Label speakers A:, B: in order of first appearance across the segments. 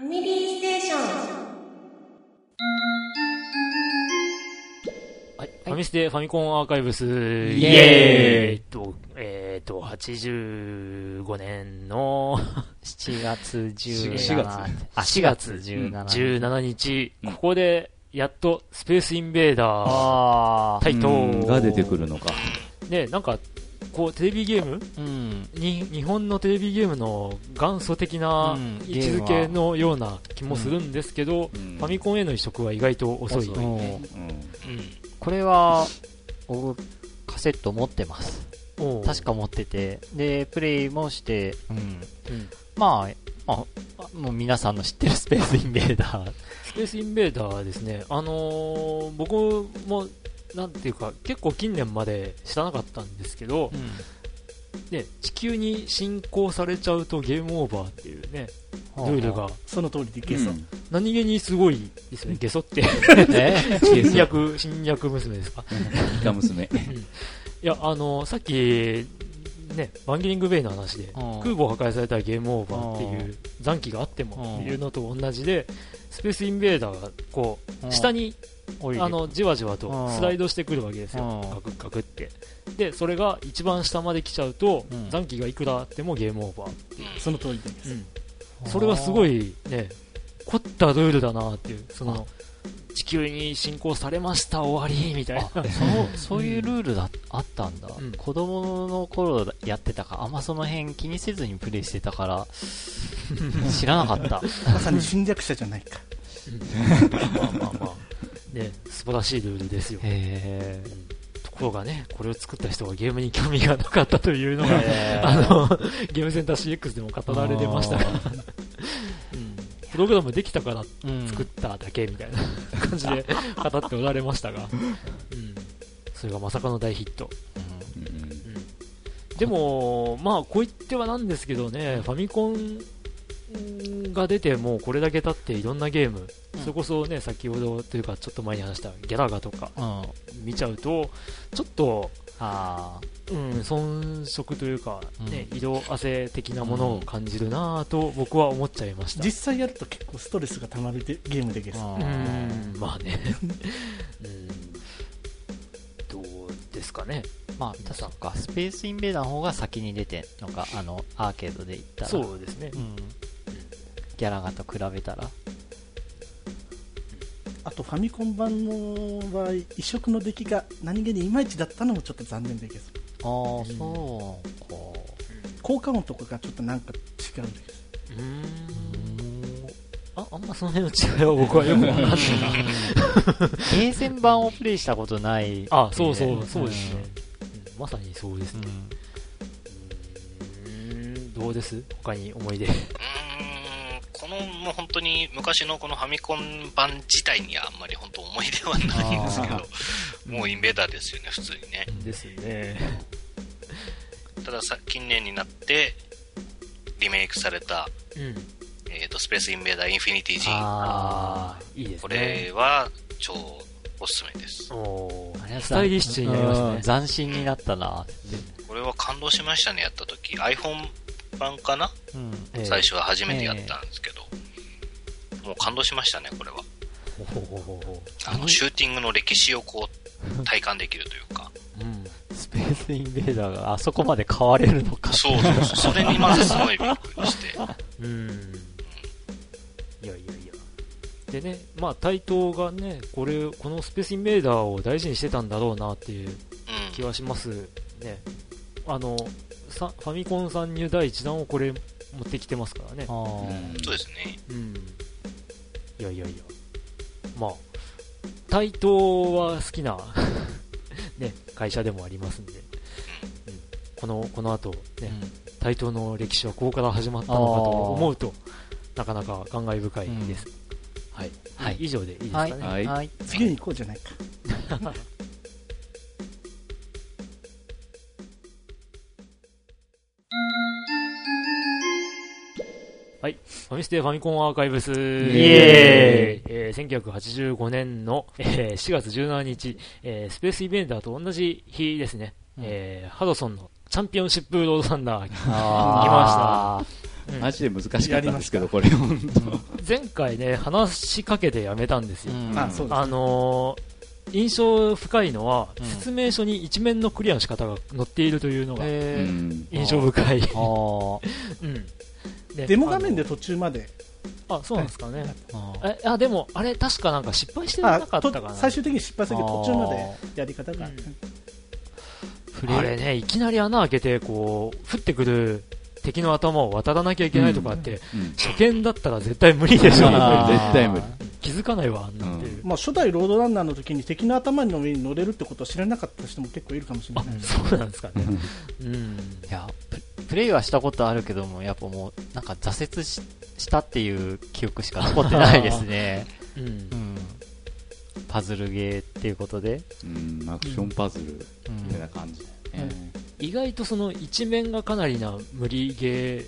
A: ァミリーステーション。
B: はい、ファミステファミコンアーカイブス、イ
C: イ
B: エーイと、えっ、と、85年の
C: 7月17
B: 4
C: 日。あ、4
B: 4
C: 月
B: 月
C: 17日。
B: 17日、
D: うん
B: ここで、やっと、スペースインベーダー、
C: あ
B: タイト
D: うん
B: ー
D: が出てくるのか。
B: ね、なんか、こう、テレビゲーム
C: ーうん。
B: に、日本のテレビゲームの元祖的な
C: うん
B: 位置づけのような気もするんですけど、ファミコンへの移植は意外と遅い。
D: 遅い
C: もう
D: う
C: これは、おカセット持ってます。
B: うん
C: 確か持ってて。で、プレイもして、うん。
B: うん
C: まあ、まあ、もう皆さんの知ってるスペースインベーダー。
B: スペースインベーダーですね、あのー僕も、なんていうか、結構近年まで知らなかったんですけど、ね、地球に侵攻されちゃうとゲームオーバーっていうね、ルールが、
E: その通りで
D: ん
E: ゲソ。
B: 何気にすごいですよね、ゲソって、
C: ね。
B: 侵略、侵略娘ですか。
D: イカ娘。
B: いや、あのーさっき、ね、バンギリング・ベイの話で、
C: うん
B: 空母破壊されたらゲームオーバーって
C: う
B: いう残機があっても
C: うん
B: っていうのと同じで、スペースインベーダーが、こう、下
C: に、
B: に
C: 降りて
B: あのじわじわと
C: うん
B: スライドしてくるわけですよ、
C: うん
B: ガクッガクって。で、それが一番下まで来ちゃうと、
C: うん
B: 残機がいくらあってもゲームオーバー、
E: その通りでゲソ。
B: それはすごいね、凝ったルールだなっていう、その地球に侵攻されました、終わりみたいな、
C: そうそういうルールだあったんだ、
B: うん
C: 子供の頃やってたからあんまその辺気にせずにプレイしてたから知らなかった
E: まさに侵略者じゃないか。
B: まあまあまあ、ね、素晴らしいルールですよ。
C: へ
B: ところがね、これを作った人がゲームに興味がなかったというの が、
C: え
B: あのゲームセンター CX でも語られてましたが、うんプログラムできたから作っただけみたいな 感じで語っておられましたが、うん、それがまさかの大ヒット、でも、まあ、こう言ってはなんですけどね、ファミコンが出て、もうこれだけ経っていろんなゲーム、
C: うん
B: それこそね、先ほどというか、ちょっと前に話したギャラガとか
C: うん、うん、
B: 見ちゃうと、ちょっと、
C: あ
B: うん、遜色というか、ね
C: う
B: 色あせ的なものを感じるなぁと僕は思っちゃいました。
E: 実際やると結構ストレスが溜まるでゲームでゲ
C: ー
E: ソ。
C: あ
B: う
C: ー
B: んまあ ね、うん、どうですかね、
C: まあそっかスペースインベーダーの方が先に出てんのかあのアーケードで言ったら
B: そうですね
C: う、ん、ギャラガと比べたら
E: あとファミコン版の場合、移植の出来が何気にいまいちだったのもちょっと残念でゲソ。
C: ああそうか
E: 効果音とかがちょっとなんか違うでゲ
B: うん
E: ソ。
C: うん
B: ああんまその辺の違いは僕はよく分かんないな、
C: ゲーセン版をプレイしたことない
B: あそうそう、そうですね、うんまさにそうです
C: うん
B: ね、うんどうです、他に思い出、
F: このもう本当に昔のこのファミコン版自体にはあんまり本当思い出はないんですけ
C: あ
F: ど、もうインベーダーですよね、普通にね。
B: ですね、
F: たださ、近年になって、リメイクされた、
B: うん、
F: えっ、と、スペースインベーダーインフィニティ G。
C: あ
B: あー、いいです
F: こ
B: ね、
F: れは、超おすすめです。
B: おー
C: あれは
B: スタイリッシュになりましたね、
C: 斬新になったな。
F: これは感動しましたね、やった時。iPhone 版かな、
C: うん。
B: ええ
F: 最初は初めてやったんですけど、もう感動しましたね、これは。
B: ほほほほほ
F: あの、シューティングの歴史をこう、体感できるというか。
B: うん
C: スペースインベーダーがあそこまで変われるのか。
F: そうそうそう。それにまずすごいびっくりして。
B: うんいやいやいや。でね、まあ、対等がね、これ、このスペースインベーダーを大事にしてたんだろうなっていう
F: うん
B: 気はしますね。あの、さファミコン参入第1弾をこれ持ってきてますからね。
C: あー
F: そうですね。
B: うん。いやいやいや。まあ、対等は好きな、 ね、会社でもありますんで。うん、この、この後、ね、対等の歴史はここから始まったのかと思うと、なかなか感慨深いです。はい、
C: はい
B: 以上でいいですか
C: は
B: ね。
C: い。
D: はい
C: はい。
E: 次に行こうじゃないか。
B: ファミステファミコンアーカイブス、イ
C: エ
B: ーイえー、1985年の、えー4月17日、えースペースイベンダーと同じ日ですね。えーハドソンのチャンピオンシップロードサンダー、
C: あ
B: うん
D: マジで難しかったんですけ
E: やりま
D: ど、これ、本当
B: 前回ね、話しかけてやめたんですよ。
C: ー
E: あ、そうです。
B: あのー印象深いのは、
C: うん
B: 説明書に一面のクリアの仕方が載っているというのが
D: う
C: へー
D: ん
B: 印象深い。
C: あ ー
B: うんで
E: デモ画面で途中まで。
B: あのあ、そうなんですかね。
C: あー
B: え、あ、でも、あれ、確かなんか失敗してな
E: あ
B: かった
E: と
B: かな。
E: 最終的に失敗するけど、途中までやり方が
B: うん。
C: 触
B: あれ
C: れ
B: ね、いきなり穴開けて、こう、降ってくる敵の頭を渡らなきゃいけないとかって、
D: うん
B: 初見だったら絶対無理でしょ。
D: あー絶対無理
B: 気づかないわ、あんなんていう。
E: まあ、初代ロードランナーの時に敵の頭の上に乗れるってことを知らなかった人も結構いるかもしれ
B: あ
E: ない、。
B: そうなんですかね。うん。
C: いやププレイはしたことあるけどもやっぱもうなんか挫折ししたっていう記憶しか残ってないですね、
B: うん
C: う。ん、パズルゲーっていうことで、
D: うんアクションパズルみ
C: うん
D: たいな感じだよね
B: 意外とその一面がかなりな無理ゲー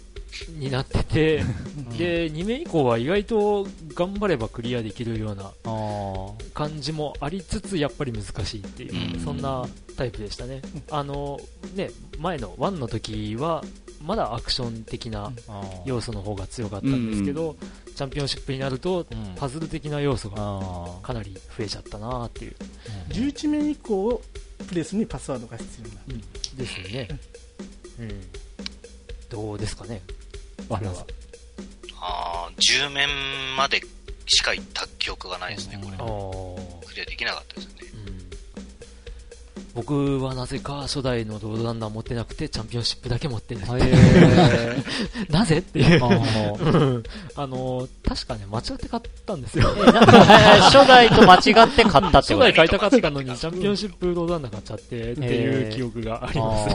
B: になって て、
C: うん
B: で、2面以降は意外と頑張ればクリアできるような
C: あー
B: 感じもありつつやっぱり難しいっていう、
D: うん
B: そんなタイプでしたね、あのね前の1の時はまだアクション的な
C: あー
B: 要素の方が強かったんですけど、チャンピオンシップになると
C: うん
B: パズル的な要素が
C: あ
B: かなり増えちゃったなっていう、
C: ー
E: 11面以降、プレスにパスワードが必要になる。
B: ですよね、うん、どうですかねあれは
F: ああ、10面までしか行った記憶がないですね、これ
B: あ。ー
F: クリアできなかったですね。
B: うん僕はなぜか初代のロードランナー持ってなくてチャンピオンシップだけ持ってる
C: へ ー
B: なぜっていう
C: あー
B: うんあの確かね、間違って買ったんですよ。
C: え なんか初代と間違って買ったって
B: 初
C: こと
B: 代買いたかったのに、チャンピオンシップロードランナー買っちゃってってい
C: え
B: う
C: ー
B: 記憶があります。
C: あ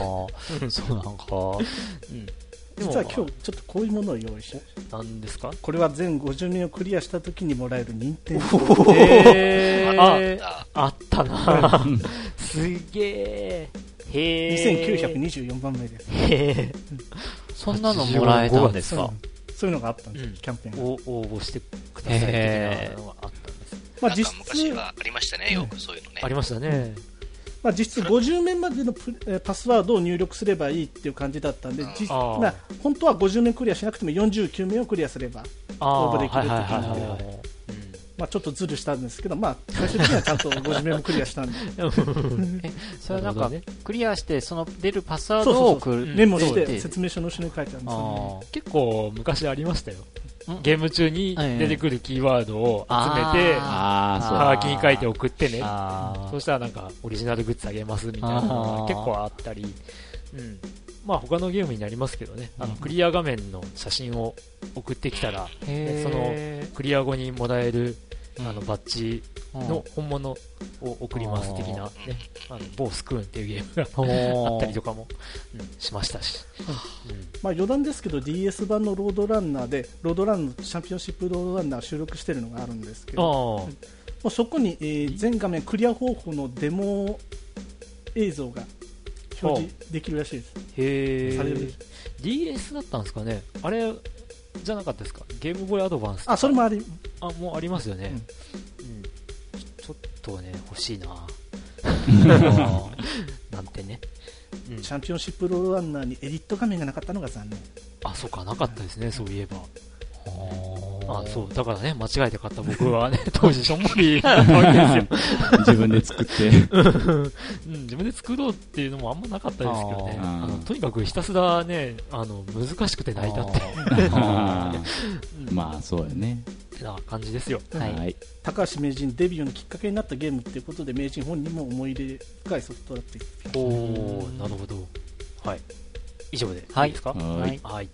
C: ーそうなんか
B: うん
E: 実は今日、
B: で
E: ち
B: も
E: ょっとこういうものを用意しました。
B: まあなんですか
E: これは全50面をクリアした時にもらえる認定
B: えー
F: あ
B: ああったなすげえ。へえ。
E: 2924番目です。
B: へ
C: そんなのもらえたんです
E: そう
C: か
E: そういうのがあったんです、
B: うん
E: キャンペーン
B: ー
E: が。
B: お応募してください的なのがあったんです。
E: ま
F: な
E: あ
F: ん
E: 実
F: か昔
E: 質、
F: はありましたね、よくそういうのね。
B: ありましたね。
E: まあ、実質50面までのプレえーパスワードを入力すればいいっていう感じだったんで、実
B: あー
E: まあ、本当は50面クリアしなくても49面をクリアすれば、
B: あ
E: 応募
B: ー
E: できるって
B: はい
E: 感
B: は
E: じで
B: いはいはいはいうん
E: まあ、ちょっとズルしたんですけど、まあ、最終的にはちゃんと50面もクリアしたんで、
C: それはなん
B: な
C: か、
B: るほ
C: クリアしてその出るパスワードを送る
E: メモし
C: うん
E: て説明書の後ろに書いてあるんですよね。
C: あ
B: 結構昔ありましたよ
C: ん
B: ゲーム中に出てくるキーワードを集めて
C: あ
D: ああ、
C: ー
D: そう。
B: ハガキに書いて送ってね
C: ーあ
B: そしたらなんかオリジナルグッズあげますみたいなのが結構あったり、うんまあ、他のゲームになりますけどねあのクリア画面の写真を送ってきたら
C: ーへー
B: クリア後にもらえるあのバッジ
C: うん
B: の本物を送ります的な、ね、あの某スクーンっていうゲームがあったりとかも、うんしましたし、うん
E: まあ、余談ですけど、DS 版のロードランナーで、ロードランのチャンピオンシップロードランナーを収録してるのがあるんですけど、
B: ああ
E: もうそこに、えー全画面クリア方法のデモ映像が表示できるらしいです。
B: へ
E: される
B: え
E: でし
B: DS だったんですかねあれじゃなかったですかゲームボーイアドバンスとか
E: あ、それもあり、
B: あもうありますよね、うんちょっとね欲しいななんてね、うん
E: チャンピオンシップロードランナーにエディット画面がなかったのが残念。
B: あそうかなかったですねそういえば
C: ー
B: あそうだからね間違えて買った僕はね当時しょんぼりだったわけですよ、
D: 自分で作って。
B: うん、自分で作ろうっていうのもあんまなかったですけどね
D: あー
B: あのとにかくひたすらねあの難しくて泣いたって
D: あーまあ、そうやね。
B: ってな感じですよ
C: はい
D: はい。
E: 高橋名人デビューのきっかけになったゲームっていうことで、名人本人も思い入れ深いソフトだって。
B: おおーなるほどはい以上でいいですか
D: はい
B: はいはい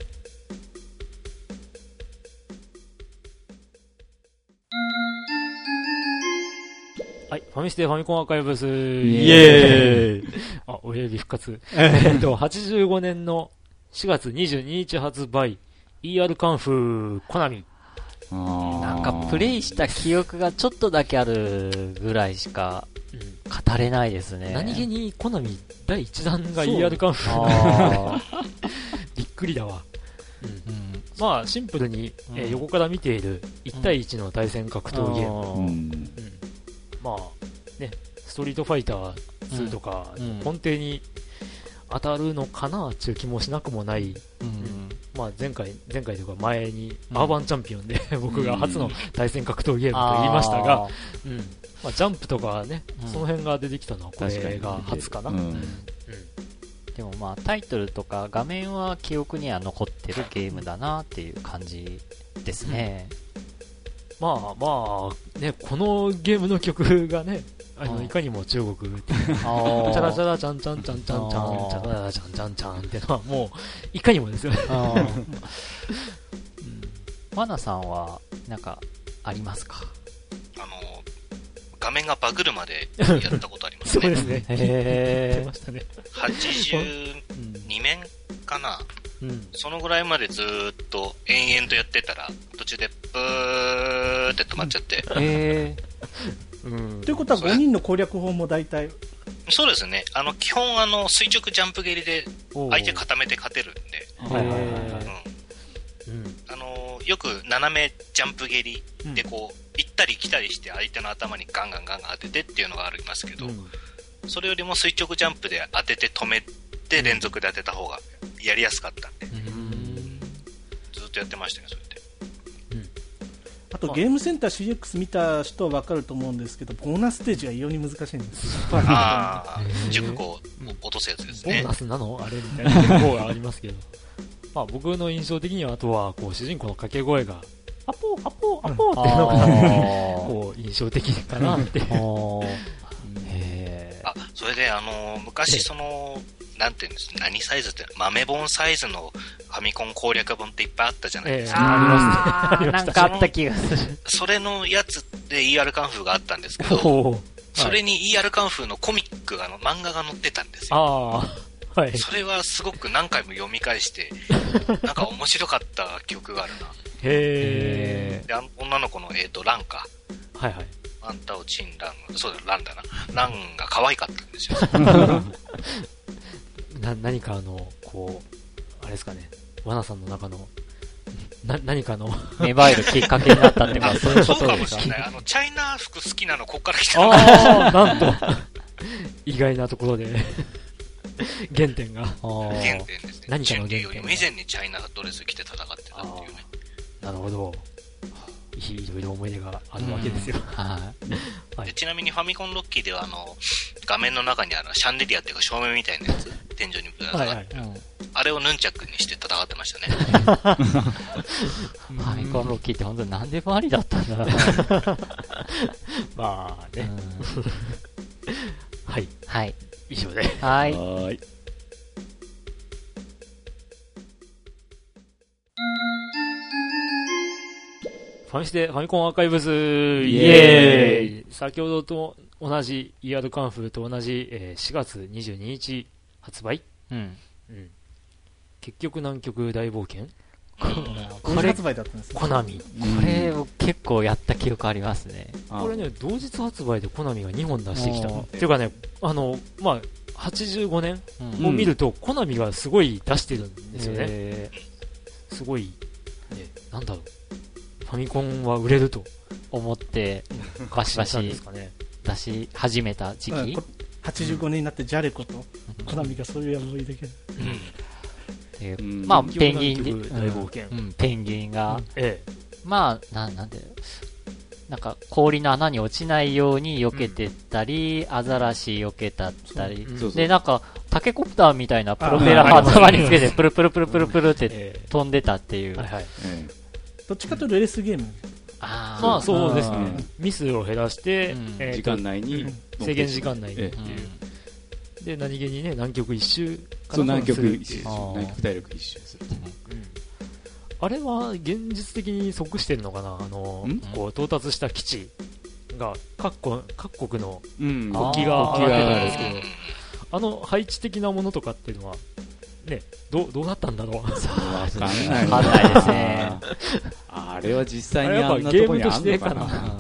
B: はいファミステファミコンアーカイブスイ
D: エ
B: エーイあ親指復活えっと85年の4月22日発売 ER カンフーコナミ
D: な
C: なんかプレイした記憶がちょっとだけあるぐらいしか語れないですね
B: 何気
C: に
B: にコナミ第1弾が
E: そう
B: ER カンフー
C: あ
B: びっくりだわ
C: ー
B: まあシンプルに、えー
C: うん
B: 横から見ている1対1の対戦格闘ゲーム
D: うん。
B: まあね、ストリートファイター2とか
C: うんうん
B: 根底に当たるのかなっていう気もしなくもない、
C: うん。
B: まあ、前回、前回というか前に、アーバンチャンピオンで 僕が初の対戦格闘ゲームと言いましたが、
C: あ
B: うんまあ、ジャンプとかね、
C: うん
B: その辺が出てきたのはこれが初かな。
D: う
B: うん
D: ん
C: ー、でもまあタイトルとか画面は記憶には残ってるゲームだなっていう感じです ね。
B: まあまあ、ね、このゲームの曲がね、あ
C: う
B: の
C: ん
B: いかにも中国って
C: あ
B: チャラチャ
C: ラ。
B: ラチャンチャンチャンチャンチャン、
C: あー
B: チャラチャラチャンチャンチャンってのはもう、いかにもですよね。
C: あーワナさんは、なんか、ありますか
F: あの、画面がバグるまでやったことあります
B: そうで
F: ね。
B: すね。言って
C: へ
B: ましたね。
F: 82面かな
C: え。うん。
F: そのぐらいまでずーっと延々とやってたら、途中でブーって止まっちゃって。
C: へえ。
B: うん
E: ということは5人の攻略法も大体、
F: そうですね。あの、基本あの、垂直ジャンプ蹴りで相手固めて勝てるんで、
D: はいはいはいはい。
F: う
B: うん
F: ん。あの、よく斜めジャンプ蹴りでこう、行ったり来たりして相手の頭にガンガンガンガン当ててっていうのがありますけど、それよりも垂直ジャンプで当てて止めて連続で当てた方がやりやすかったんで、ずっとやってましたね、それで。
E: あとゲームセンター CX 見た人は分かると思うんですけど、ボーナスステージが異様に難しいんですよ。
F: ああ、
B: ー
F: 10個落とすやつです
B: ボー
F: ね
B: ナ。スなのあれみたいな方がありますけど。まあ僕の印象的には、あとは、こう、主人公の掛け声が、アポー、アポー、アポーっていうのが、
C: あ
B: こう、印象的かなって。
C: ー あー。へえ。
F: あ、それで、あのー昔、その、なんていうんです何サイズって、豆本サイズのファミコン攻略本っていっぱいあったじゃない
B: え
F: で
B: え
F: すか。
B: ありますね。ありま
C: な
B: し
C: ん
B: た。
C: かあった気がする。
F: それのやつで ER カンフーがあったんですけ
B: お
F: ど、
B: お
F: それに ER カンフーのコミックが、あの漫画が載ってたんですよ。
B: ああ、はい。
F: それはすごく何回も読み返して、なんか面白かった記憶があるな。
B: へえ。
F: であの、女の子の、えっ、と、ランか。
B: はいはい。
F: あんたをチンラン、そうだ、ランだな。ランが可愛かったんですよ。
B: な何かあの、こう、あれですかね、ワナさんの中の、な何かの、
C: 芽生えるきっかけになったってことそういうこ
F: そう
C: と
F: か
C: で
F: も
C: す
F: し
C: か
F: れない。あの、チャイナ服好きなの、こっから来たのか
B: ああ、なんと、意外なところで、原点が。
C: あー
F: 原点ですね。
B: 何かの原点
F: 準備よりも以前にチャイナドレス着て戦ってたっていうね。
B: なるほど。いいろいろ思い出があるわけですよ。
C: は
B: あ
F: でちなみにファミコンロッキーではあの、画面の中にあるシャンデリアっていうか照明みたいなやつ、天井にぶら下がって、
C: い。うん
F: あれをヌンチャクにして戦ってましたね。
C: ファミコンロッキーって本当に何でもありだったんだな。
B: まあ
C: う
B: ね、
C: ん
B: はい、
C: はい。
B: 以上で。
C: はい。
D: はーい。
B: ファミステファミコンアーカイブズイ
D: エ
B: エーイ先ほどと同じ ER カンフーと同じ、えー4月22日発売、
C: うん。
B: うん、結局南極大冒険
E: 同時発売だったんですよ。
B: コナミ
D: こ
C: これを結構やった記憶ありますね。
B: これね同日発売でコナミが2本出してきた
C: おー
B: っていうかねあのまあ85年
C: うん
B: を見ると、コナミがすごい出してるんですよね、
C: へー
B: すごい、ね、なんだろうファミコンは売れると
C: 思って、バシバ
B: したんで
C: シ
B: すかね
C: 出し始めた時
E: うん
C: 期
E: こ85年になってジャレコと、コナミがそういう思い出が。
C: っていう
D: うん
C: まあ、ペンギンで、
B: 南極大冒険
C: うんうんペンギンが、
B: ええ
C: まあ、ななんで、なんか氷の穴に落ちないように避けてったり、アザラシ避けたったり、
B: うん
D: そうそう
C: で、なんか、タケコプターみたいなプロペラ
D: あ
B: うん
C: 頭につけて、プルプルプルプルプルって
B: え
C: 飛んでたってい
B: え
C: う。
B: はいはい
D: え
E: どっちかというとレースゲーム。
C: あー
B: まあそうですね
D: う。
B: ミスを減らして、
C: うん
B: え
D: え
B: ー
D: 時
B: と
D: 間内に
B: 制限時間内に
D: ええ
C: うん
B: で、何気にね、南極一周かな
D: そう南
B: するっ
D: 極
B: ていう
D: 一周
C: あー
D: 南極大陸一周する
B: うんあれは現実的に即してるのかなあの
D: ん、
B: こう到達した基地が各国各国の
D: うん
C: あー
B: 国旗が上がってるん
F: う
B: で
F: ん
B: すけど、あの配置的なものとかっていうのは、ね、どうどうなったんだろう。
D: わかんない
C: わかんないですね
D: あれは実際
B: あれ
D: に
B: やっぱ
D: あんなとこに
B: ゲームと
D: あ
B: し
D: んの
B: て
D: か
B: か
D: な
B: な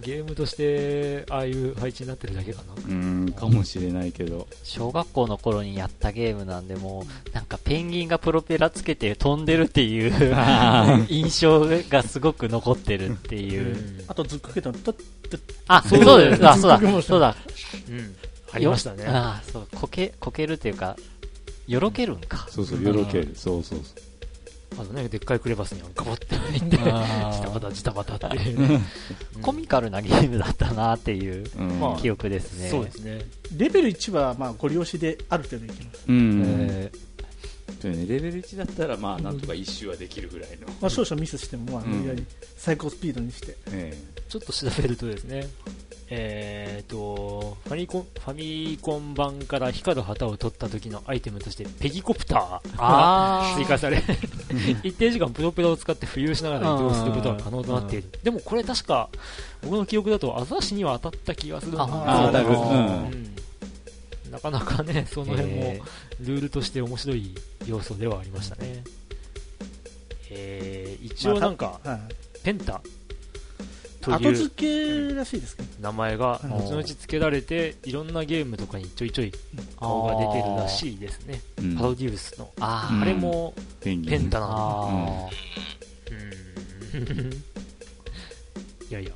B: ゲームとして、ああいう配置になってるだけかな。
D: うんかもしれないけど
C: 小学校の頃にやったゲームなんで、もう、なんかペンギンがプロペラつけて飛んでるっていう 印象がすごく残ってるっていう。
E: あとずっこけたの、とっ
C: あ、そうです。あ、そう
E: 僕
C: だ。
E: もそう
C: そうだ。
B: うんありましたね。
C: ああ、そう、こけ、こけるっていうか、よろけるんか。
D: そうそう、よろける。そうそうそ
B: あのね、でっかいクレバスにはガバって入って、ジ
C: あー
B: タバタジタバタっていう ね、うん
C: コミカルなゲームだったなっていう
D: う。うん。
B: まあ
C: 記憶ですね。
B: そうですね。
E: レベル1はまあご利用しである程度いけます、
D: うん。
C: えー
D: そうねレベル1だったら、まあ、なんとか一周はできるぐらいの。
E: まあ、少々ミスしてもまあ
D: うん
E: 無理やり最高スピードにして、
D: え
B: ちょっと調べるとですね、 えーと、ファミコン、ファミコン版から光る旗を取った時のアイテムとして、ペギコプターが
C: あ
B: 追加され、一定時間プロペラを使って浮遊しながら移動することが可能となっている。でもこれ確か、僕の記憶だとアザラシには当たった気がするんだ
D: えあ
C: あ
D: あ、だいぶ。う
C: あ
D: ん。
B: うんなかなかね、そ
C: ー
B: の辺も、
C: え
B: ルールとして面白い要素ではありましたね。えー、一応なんか、
E: まあ
B: ペンタと
E: はい、後
B: いう
E: 付けらしいですけど、
B: 名前が
E: うん
B: 後々付けられて、いろんなゲームとかにちょいちょい
C: ー
B: 顔が出てるらしいですね。
D: うん
B: パロディウスの。
C: あ
D: うん
C: ー
B: あれも
D: ペンギン
B: ペンタなの。
C: あ
B: うーん いやいや、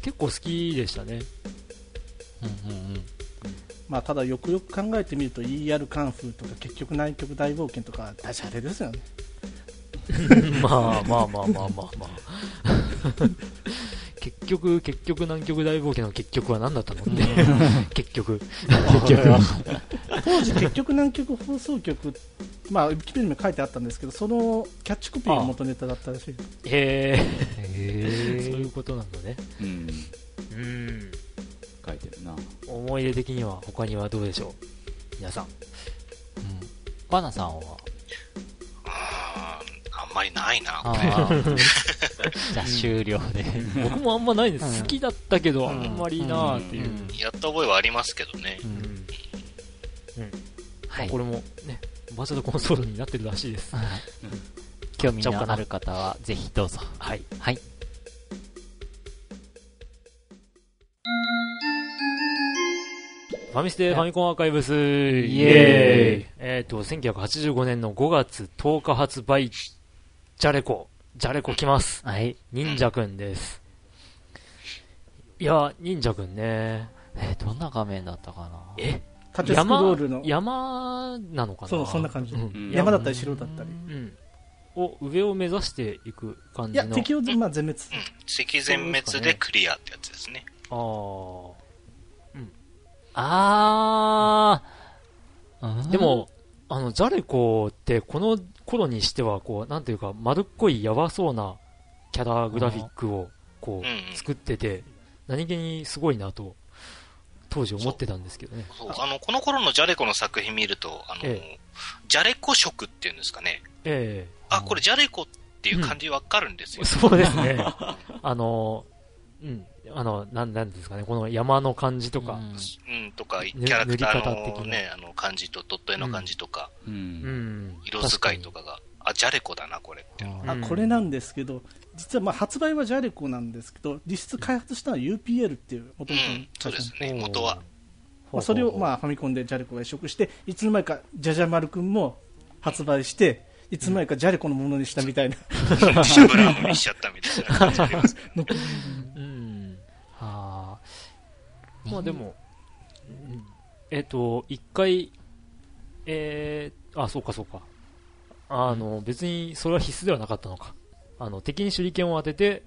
B: 結構好きでしたね。
C: ーうんうんうん
E: まあ、ただよくよく考えてみると ER カンフーとか結局南極大冒険とか大事あれで すよね
B: まあまあまあまあまあ まあ。結局、結局、南極大冒険の結局は何だったのって、 結局。結局
E: 当時結局南極放送局まあウィキペディアにも書いてあったんですけどそのキャッチコピーが元ネタだったらしい
B: へえ、そう
C: へ
B: いうことなのね。
D: うん。
B: うん。
D: 書いてるな。
B: 思い出的には他にはどうでしょう皆さん。
C: バナさんは
F: あーあんまりないな。
C: あ ーじゃあ終了で。
B: 僕もあんまないで
C: うん
B: す。好きだったけど、
C: うん
B: あんまりなーっていう。
F: やった覚えはありますけどね。
C: うん
B: うん
C: はい
B: こ。れもね、バーチャルコンソールになってるらしいです。
C: 興味のある方はぜひどうぞ。
B: はい。
C: はい。
B: ファミステファミコンアーカイブスイエ
C: イエーイ
B: えっ、と、1985年の5月10日発売、ジャレコ。ジャレコ来ます。
C: はい。
B: 忍者くんです。いや、忍者くんね。
C: えー、どんな画面だったかな
B: え
E: タチスク
B: 山
E: ロールの
B: 山なのかな
E: そうそんな感じ
B: うん
E: 山だったり城だったり
B: うん。を、上を目指していく感
E: い
B: じの。
E: や敵を、まあ、全滅
F: うん。敵全滅でクリアってやつですね。
B: あー
C: あー。
B: で、も、あの、ジャレコって、この頃にしては、こう、なんていうか、丸っこいやばそうなキャラグラフィックを、こ
F: うんうん
B: う、作ってて、何気にすごいなと、当時思ってたんですけどね。
F: そうあのこの頃のジャレコの作品見ると、あの
B: え
F: ジャレコ色っていうんですかね、
B: え
F: あこれ、ジャレコっていう感じわかるんです
B: え
F: よ、
B: そうです ね。あの、うん、あの、なん、なんですかね、この山の感じと
C: う
B: か、
C: ん
F: うん、とか、
B: ぬ
F: キャラクタ
B: 塗り
F: ー
B: 方
F: の,、
B: 的な
F: ね、あの感じと、ドット絵の感じとか、
D: う。
B: うんん。
F: 色使いとかが、あジャレコだな、これって。
C: あ
E: あ
B: うん
E: これなんですけど実はまあ発売はジャレコなんですけど実質開発したのは UPL っていう元
F: う
E: 々の
F: ん、そ
E: 会
F: うで
E: 社
F: す
B: 確かに。
F: ね、元 は。
B: ほうほ
E: ま
B: うほう。
E: あ、それをまあファミコンでジャレコが移植していつの間にかジャジャ丸くんも発売していつの間にかジャレコのものにしたみたいな、
F: シャブラームにしちゃったみたいな感じありますね。
B: うん。
C: あー。
B: まあでも、えっ、と、一回、えー、あ、そうかそうか。あの、別にそれは必須ではなかったのか。あの、敵に手裏剣を当てて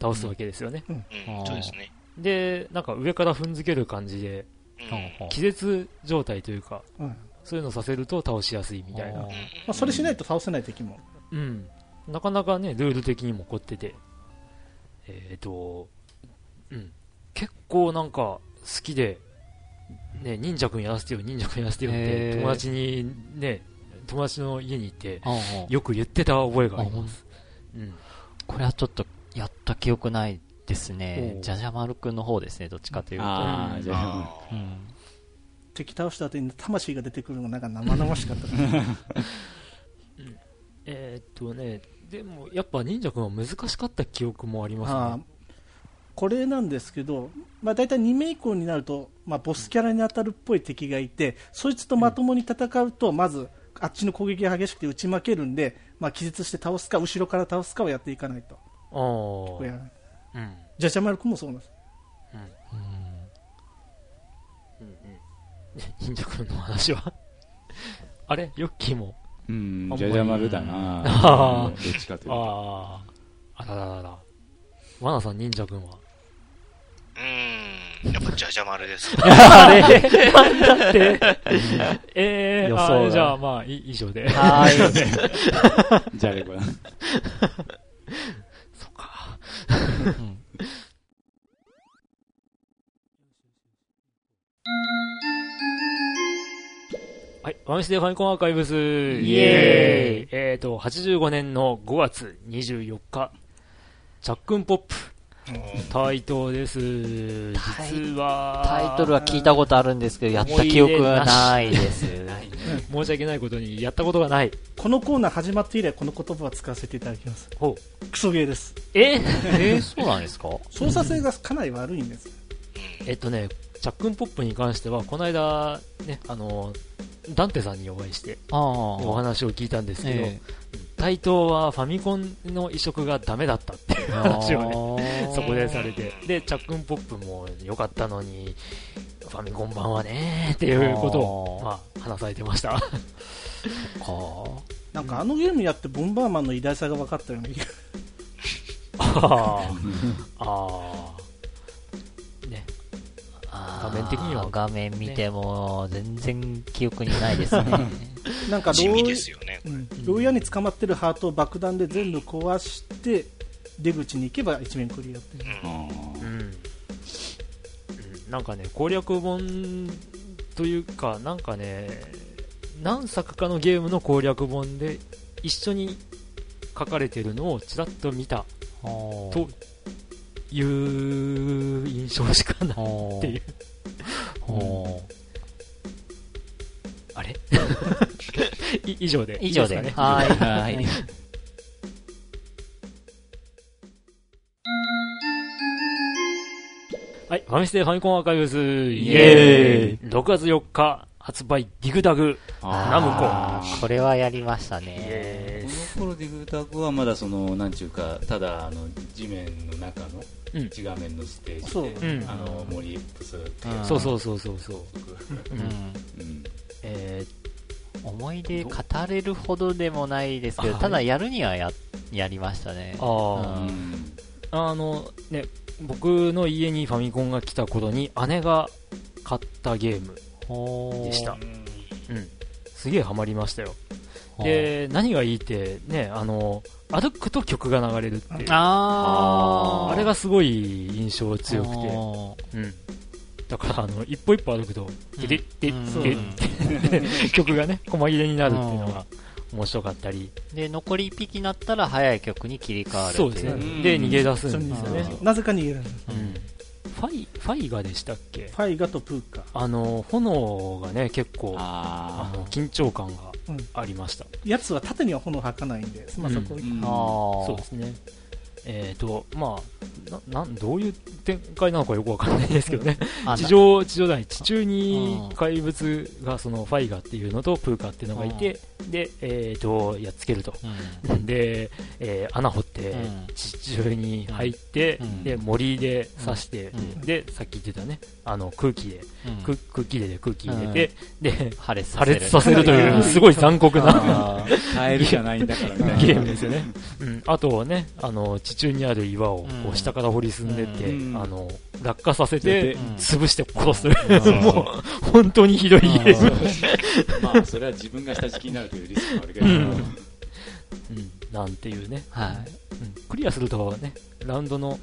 B: 倒すわけですよね。
C: あ
F: う
C: ー
F: ん、そうですね。
B: で、なんか上から踏んづける感じで、
F: うん
C: ほうほう、
B: 気絶状態というか、
E: うんま
B: そういうのをさせると倒しやすいみたいな
C: あ。ー
E: あ、それしないと倒せない敵も
B: うん。なかなかね、ルール的にも凝ってて。えっ、と、うん。結構なんか好きで、ね、忍者くんやらせてよ、忍者くんやらせてよっ
C: へ
B: て、
C: ー
B: 友達にね、友達の家に行って、
C: うんうん
B: よく言ってた覚えがあり
C: あほ
B: ま
C: ん
B: す。うん。
C: これはちょっとやった記憶ないですね
B: お。う
C: じゃじゃ丸くんの方ですね、どっちかというと。
D: ああ、じゃあ。
F: あ
C: う
F: ー
C: ん
E: 敵倒した後に魂が出てくるのがなんか生々しかったから
B: えっとね、でもやっぱ忍者くんは難しかった記憶もあります
E: あー
B: ね。
E: これなんですけど、まあ、大体2名以降になると、まあ、ボスキャラに当たるっぽい敵がいてそいつとまともに戦うとまずあっちの攻撃が激しくて打ち負けるんで、まあ、気絶して倒すか後ろから倒すかをやっていかないと
B: ああ。
E: これやらない
B: うん。
E: ジャジャ丸くんもそうなんです
B: 忍者くんの話は あれヨッキーも。
D: うん
B: あんまり
D: じゃじゃ丸だな
B: あ
D: どっちかというと
B: ああ。あらららら。マナさん、忍者くんは。
F: うーん、やっぱじゃじゃ丸です。
B: あれなんだって。えー、
C: 予想
B: あ
C: 外
B: じゃあまあ、い以上で。
C: はーい。
D: じゃれこれ
B: はい。ワンシテファミコンアーカイブス。イ
D: イエ
B: ーイえーと、85年の5月24日、チャックンポップ、台頭です。
C: タイ
B: 実は、
C: タイトルは聞いたことあるんですけど、やった記憶はないです。
B: 申し訳ないことに、やったことがない。
E: このコーナー始まって以来この言葉は使わせていただきます
B: ほ
E: クソゲーです
B: え
C: えー、そうなんですか
E: 操作性がかなり悪いんです
B: えっとね、チャックンポップに関しては、この間、ね、あの、ダンテさんにお会いして、
C: ああ。
B: お話を聞いたんですけど、
C: え
B: 台頭はファミコンの移植がダメだった っていう話をね、
C: ね
B: そこでされて、で、チャックンポップも良かったのに、ファミコン版はねーっていうことを、
C: あ
B: まあ、話されてま した。
E: なんかあのゲームやってボンバーマンの偉大さが分かったよね
B: ああー。ね。
C: 画
B: 面的には
C: 画面見ても全然記憶にないですね。
E: なんか
F: 地味
E: 牢
F: ですよね。
E: うん牢屋に捕まってるハートを爆弾で全部壊して出口に行けば一面クリアっていう
F: うん
D: あー
B: うん。うんなんかね、攻略本というか、なんかね、何作かのゲームの攻略本で一緒に書かれてるのをちらっと見たという印象しかない
C: っ
B: っていう。あれい以上で。
C: 以上で。
B: いいすかね。
C: はい。 はい。
B: はい。ファミステファミコンアーカイブス、イ
C: エ
B: ーイ !6 月4日発売、ディグダグ。ナムコ
C: あーこれはやりましたね。
B: え
D: この頃でグタクはまだそのなんちゅうかただあの地面の中の
B: うん
D: 一画面のステー
E: そう
D: ジで、
B: うん
D: あのモリエップスっていう
C: うん
B: そうそうそうそうそう。
C: うん
D: うん
B: えー
C: 思い出語れるほどでもないですけど、
B: はい
C: ただやるにはや、やりましたね。
B: あ
C: うん
B: あ、あの、ね、僕の家にファミコンが来た頃に姉が買ったゲームでした。うん。すげえハマりましたよ。で、何がいいって、ね、あの、歩くと曲が流れるっていう。
C: あー
B: あれがすごい印象強くて。
C: あ
B: うん、だからあの一歩一歩歩くと、ででで
C: うん
B: で
C: うん
B: でで 曲がね、細切れになるっていうのが面白かったり、
C: ーで、残り1匹になったら早い曲に切り替わるってい
B: そうですね
D: うん、
B: で逃げ出す
E: そうん
B: で
E: です
B: す
E: よ
B: よ
E: ね
B: ね。
E: なぜか逃げられる
B: うんファイファイガでしたっけ
E: ファイガとプーカ
B: あの炎がね、結構あ
D: あ
B: の緊張感が
E: うん
B: ありました。
E: やつは縦には炎吐かないんで、まあ、そこ、
D: ー
C: あー
B: そうですね。えっ、と、まあ、な、なん、どういう展開なのかよくわかんないですけどね。
C: あ
B: 地上、地上じゃない、地中に
C: うん
B: 怪物が、その、ファイガっていうのと、プーカっていうのがいて、で、えっ、と、やっつけると。
C: うん
B: で、えー穴掘って、
C: うん
B: 地中に入って、
C: うん
B: で、森で刺して、
C: うん
B: で、さっき言ってたね、あの、空気で、
C: うん
B: く空気でで空気入れて、で、
C: 破裂さ
B: 破
C: せる。
B: 裂させるというう、
C: ん
B: すごい残酷な、
C: あー
D: 耐えるじゃないんだからみたいな
B: ゲームですよね。 うん、あとね、あの、地中にある岩を、
C: う
B: こ
C: ん
B: う、下から掘り進んでって、
D: うん
B: あの、落下させ
D: う
B: て
D: ん、
B: 潰して殺すというう、
C: ん
B: もう、本当にひどいゲーム。
D: まあそれは自分が下敷きになるというリスクもあるけど、
B: うんうん、なんていうね。
C: は
B: うんクリアするとね、ラウンドの、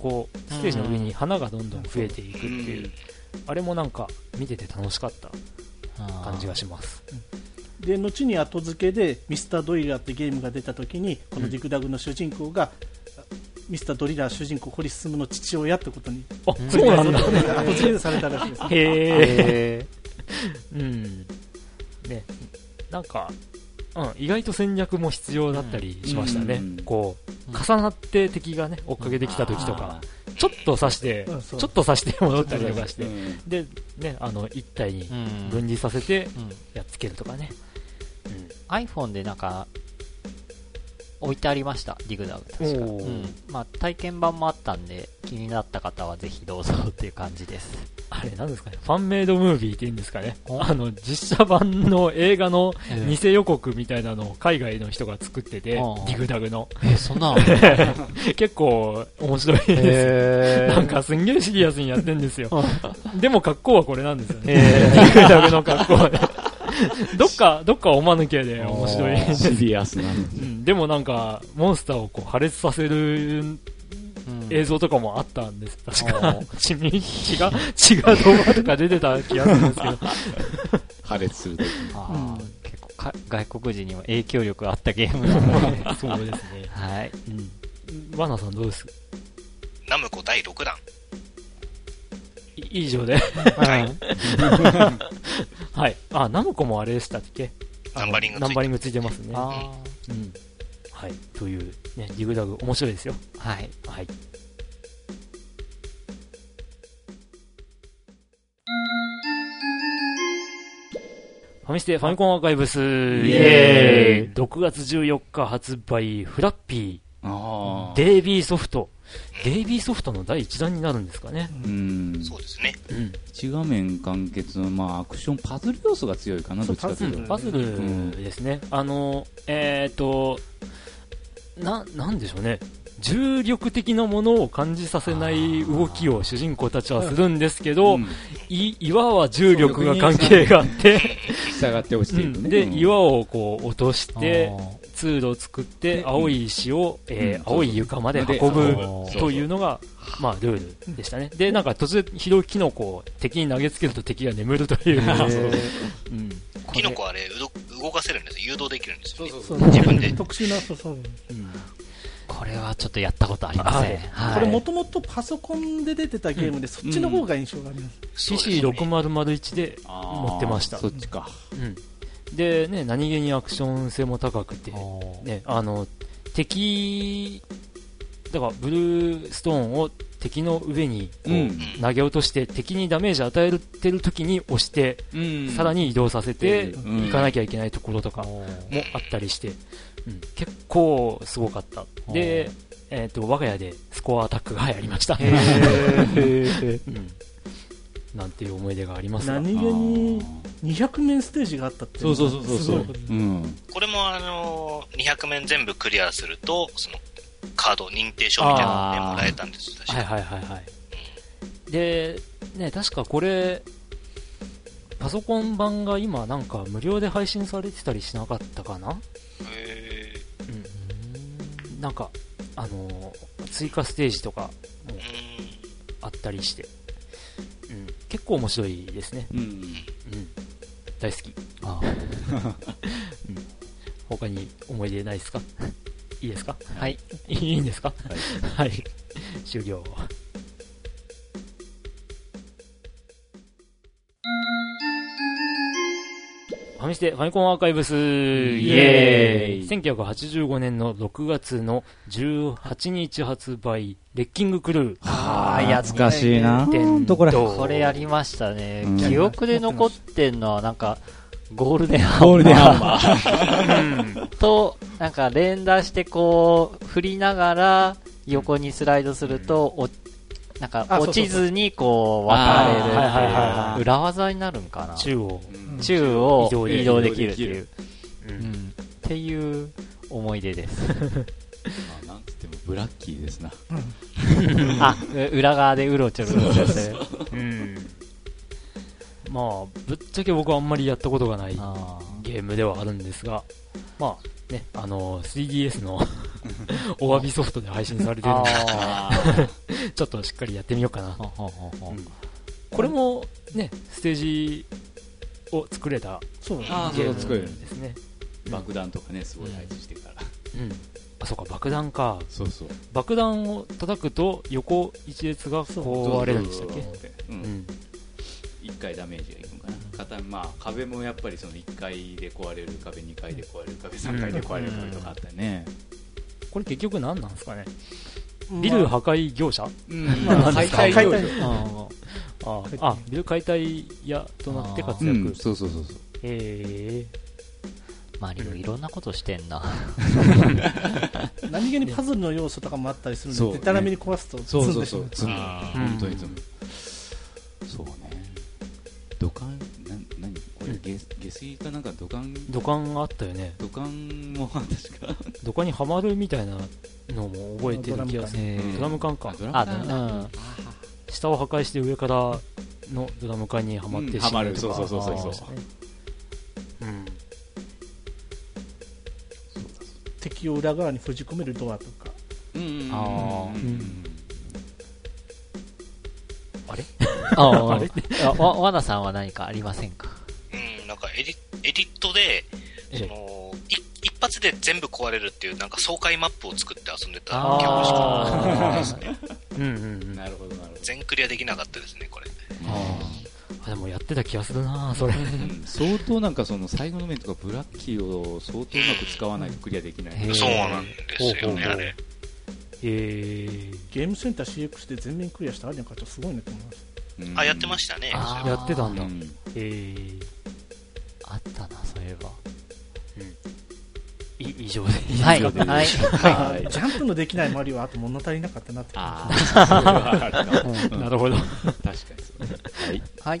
B: こう、ステージの上に花がどんどん増えていくっていう、あれもなんか、見てて楽しかった
C: い。
B: 感じが
C: し
B: します。
E: で後に後付けでミスタードリラーってゲームが出た時にこのディグダグの主人公が、ミスタードリラー主人公堀進の父親ってことに
B: あ、そうなんだ。
E: 後付けでされたらしいです
B: へえ。 うん。ね。なんか、うん、意外と戦略も必要だったりしましたね。
D: うん
B: こ
C: う
B: う、
C: ん
B: 重なって敵がね、追っかけてきた時とか、ちょっと刺して、
E: うん
B: ち
E: そ
B: ょ
E: う
B: っと刺して戻ったりとかし
D: う
B: て、
D: ん
B: で、ね、あの、一体に
C: うん
B: 分離させて
C: うん
B: やっつけるとかね。
C: iPhone でなんか、置いてありました、ディグダム。確か。
B: おー
C: うん。まあ、体験版もあったんで、気になった方はぜひどうぞっていう感じです。
B: あれ、なんですかね、ファンメイドムービーって言うんですかね、あの実写版の映画の
C: え
B: 偽予告みたいなのを海外の人が作ってて、デ
C: うん
B: ィグダグの、
C: え、そん なの
B: 結構面白いです。
C: へ
B: なんかすんげえシリアスにやってんですよ。でも格好はこれなんですよね。
C: へ
B: ディグダグの格好は ね。どっか、どっかおまぬけで面白い
D: あーシリアスなの
B: うんでもなんか、モンスターをこう破裂させる映像とかもあったんです。確か、血み血が、 血が動画とか出てた気がするんですけ ど。
D: 破裂するとき
C: あー
E: うん
C: 結構か外国人にも影響力あったゲームなの で
B: そうですね。
C: はい。
B: ワナさんどうです
F: ナムコ第6弾。
B: い以上で。 はい。あ、ナムコもあれでしたっけあの
F: ナンバリングついて
B: ナンバリングついてますね。
C: あ
B: うん。はい。という、ね、ディグダグ面白いですよ。
C: ーはい。
B: はい。ファミステファミコンアーカイブスイ
D: エ
B: ーイ !6 月14日発売、フラッピ
D: あ
B: ー、
D: あ
B: デイビーソフト。デイビーソフトの第1弾になるんですかね。
D: うん
F: そうですね。
B: うん。
D: 一画面完結の、まあ、アクションパズル要素が強いかなど
E: そう
D: っちかというと
B: パズルですね、あの、えっ、と、な、なんでしょうね、重力的なものを感じさせない動きを主人公たちはするんですけど、
D: うん
B: い岩は重力が関係があって、
D: 従って落ちていく
B: う
D: ね、
B: んで、
D: うん
B: 岩をこう落として
C: あ、ー
B: 通路を作って、青い石を、えー
D: うん
B: 青い床まで運ぶ
D: そうそう
B: というのが、まあ、ルールでしたね。で、なんか突然、拾うキノコを敵に投げつけると敵が眠るという、うん
F: キノコあれ、うど動かせるんですよ。誘導できるんですよね。
E: そう
F: 自分で
E: 特殊な、そうそう。
C: これはちょっとやったことありません。はい
E: これもともとパソコンで出てたゲームで、そっちの方が印象があります。
F: そうですね
B: CC6001 で
D: あー
B: 持ってました
D: そっちか
B: うん、で、ね、何気にアクション性も高くて、ね、あの敵だからブルーストーンを敵の上にこう、
D: うん
B: 投げ落として敵にダメージ与えてる時に押して、
D: うん
B: さらに移動させて、
D: うん
B: 行かなきゃいけないところとかもあったりして、うん、結構すごかったで、えー、と我が家でスコアアタックが流行りました、 うん、なんていう思い出がありますが
E: 何気に200面ステージがあったっていうのが
D: そうそうそうそう
E: すごいことです
D: うん
F: これもあのー、200面全部クリアすると、その、カード、認定証みたいなの
C: あー
F: ねもらえたんですよ、確
B: はい
F: か。
B: はいはいはい。で、ね、確かこれ、パソコン版が今なんか無料で配信されてたりしなかったかな
F: へー
B: うん。なんか、あのー追加ステージとか
F: うーん
B: あったりして、うん、結構面白いですね。
D: うん
B: うん。大好き。
C: あー
B: 他に思い出ないですか いいですか
C: はい。
B: いいんですかはい。終了。ファミステファミコンアーカイブスイ
D: エーイ
B: 1985年の6月の18日発売、レッキングクルー。
D: あー懐かしいな
B: ほんとこれ
C: これやりましたね
D: うん。
C: 記憶で残ってんのは、なんか、ゴールデンハンマー
D: ゴールデンハンマー
C: と、なんか連打してこう、振りながら横にスライドすると、おなんか
E: あそうそうそう
C: 落ちずにこう、渡れるってい
B: あー
C: う
B: はいはいはいはい
C: 裏技になるんかな。
B: 中央。
C: 中を
B: 移動
C: 移動できるって
D: 移動
C: い
D: で
C: う。うんっていう思い出です。
D: まあなんつってもブラッキーですな
C: あ、う 裏側でうろちょろうろちょろする。
B: うん。まあ、ぶっちゃけ僕はあんまりやったことがない
C: あ
B: ゲームではあるんですが、まあね、あの 3DS のお詫びソフトで配信されて
C: ー
B: るんで、
C: あ
B: ちょっとしっかりやってみようかな
C: ー。ほほほほ
B: うんこれもね、ステージを作れた
E: そうだね
D: あ
B: ゲーム
D: 作れる
B: ですね。
D: 爆弾とかねすごい配置してから
B: うん。あ、そうか、爆弾か。
D: そうそう
B: 爆弾を叩くと横一列が壊れるんでしたっけ
D: う
B: うんん。
D: 一回ダメージがいくのかな片まあ壁もやっぱりその1回で壊れる壁2回で壊れる壁3回で壊れる壁とかあったね
B: これ結局何なんですかね
E: うん
B: ビル破壊業者
D: うん
E: まあ
D: 解
E: 解
D: 体
E: 体
D: 業者
B: ああ、ビル解体屋となって活
D: う
B: 躍。
D: んそうそうそうそう
B: ええ
C: マリオいろんなことしてんな。
E: 何気にパズルの要素とかもあったりする
D: そ
E: の
D: う
E: で、でたらめに壊すと、
D: そう
E: 積ん
D: そう
E: でし
D: そう積
E: まう。
D: んだ
B: あ
C: ー
D: 本当に積むそうね土管なん何これ下下水かなんか土管
B: 土管があったよね
D: 土管も確か
B: 土管にはまるみたいなのも覚えてる気がする
C: えー
B: ドラム缶か
D: ドラ
C: あ、で
D: ム
C: も
D: 缶
B: うん下を破壊して上からのドラム缶にはまっ
D: う
B: て
D: ん
B: しま
D: はま
B: う
D: る
B: とか
D: そうそうそうそう
B: ありましたねうん
E: 敵を裏側に封じ込めるドアとか。
D: うんうんうん
C: あー
D: うん
C: ああれあわ、わなさんは何かありませんか
F: うん、なんかエディエディットで、そのい一発で全部壊れるっていう、なんか爽快マップを作って遊んでた記憶しかない ですね。
B: うんうんうん
D: なるほどなるほ
F: 全クリアできなかったですね、これ。
B: あでもやってた気がするなそれ
D: どうん相当なんかその最後の面とかブラッキーを相当うまく使わないとクリアできない
C: へー
F: そうなんですよね、あれ。
B: えー
E: ゲームセンター CX で全面クリアしたアリアン課長すごいなと思いまし
F: あ、やってま
D: し
F: したね。
C: あー
B: やってたんだ
D: うん
B: えー
C: あったな、そういえば。
B: い以上で
C: はい。
B: 以上で
C: はい。
E: た。まあジャンプのできないマリオはあと物足りなかったなって。
D: ああ
B: なるほど
D: 確かにそうねはい
C: はい。